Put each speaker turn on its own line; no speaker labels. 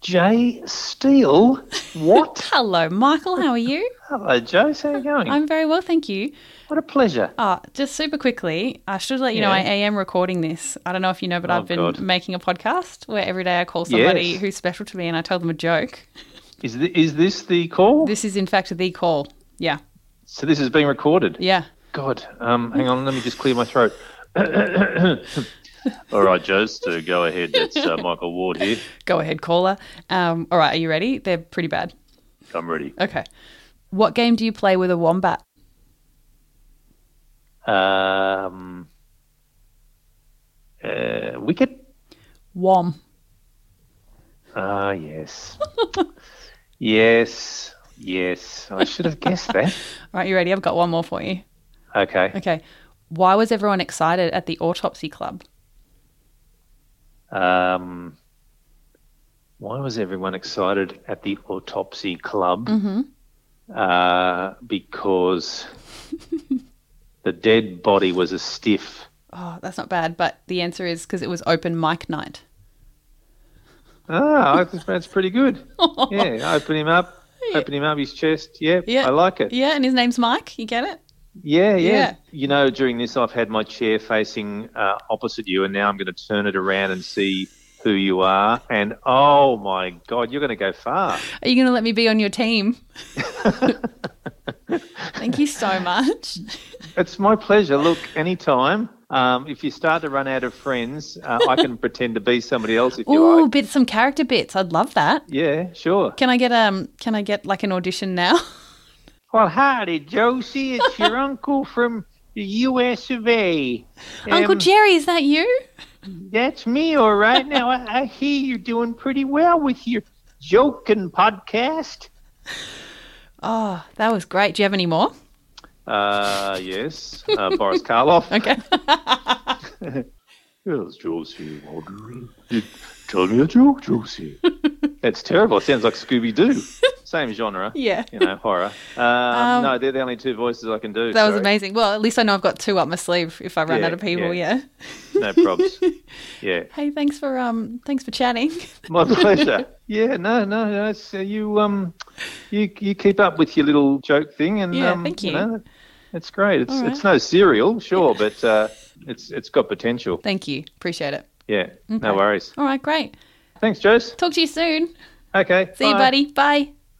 Jay Steele. What?
Hello, Michael. How are you?
Hello, Jose. How are you going?
I'm very well, thank you.
What a pleasure.
Ah, just super quickly, I should let you know I
Yeah. Oh,
am recording this. I don't know if you know, but I've been
God.
making a podcast where every day I call somebody
Yes.
who's special to me and I tell them a joke.
Is, thi- is this the call?
This is, in fact, the call. Yeah.
so this is being recorded.
Yeah.
God, um, hang on. Let me just clear my throat. All right, Jose, so go ahead. It's uh, Michael Ward here.
Go ahead, caller. Um, all right, are you ready? They're pretty bad.
I'm ready.
Okay. What game do you play with a wombat?
Um, uh, wicket?
Wom.
Ah, yes. yes. Yes. I should have guessed that.
All right, you ready? I've got one more for you.
Okay.
Okay. Why was everyone excited at the autopsy club?
Um, why was everyone excited at the autopsy club?
Mm-hmm.
Uh, because the dead body was a stiff.
Oh, that's not bad, but the answer is because it was open mic night.
Ah, I think that's pretty good. Yeah, open him up, open him up his chest. Yeah,
Yeah.
I like it.
Yeah, and his name's Mike. You get it?
Yeah, yeah.
Yeah.
You know, during this, I've had my chair facing uh, opposite you, and now I'm going to turn it around and see who you are. And oh my God, you're going to go far.
Are you going to let me be on your team? Thank you so much.
It's my pleasure. Look, anytime. Um, if you start to run out of friends, uh, I can pretend to be somebody else if you
Ooh,
like.
bit some character bits. I'd love that.
Yeah, sure.
Can I get um? Can I get like an audition now?
Well, howdy, Josie. It's your uncle from the US of A.
Uncle
Um,
Jerry, is that you?
That's me, all right. Now, I, I hear you're doing pretty well with your joking podcast.
Oh, that was great. Do you have any more?
Uh, yes, uh, Boris Karloff.
Okay.
Yes, Josie, Waldron. You tell me a joke, Josie. That's terrible. It sounds like Scooby Doo. Same genre.
Yeah.
You know, horror. Um, no, they're the only two voices I can do.
That was
sorry.
amazing. Well, at least I know I've got two up my sleeve if I run
Yeah,
out of people.
yeah.
Yeah.
No probs. Yeah,
Hey, thanks for um, thanks for chatting.
my pleasure. Yeah, no, no, no. It's, uh, you, um, you, you keep up with your little joke thing, and
Yeah,
um,
thank you.
know, it's great. It's
All right.
it's no serial, sure, but uh, it's it's got potential.
Thank you. Appreciate it.
Yeah, no worries.
All right, great.
Thanks, Jose.
Talk to you soon.
Okay,
See you,
bye.
buddy. Bye.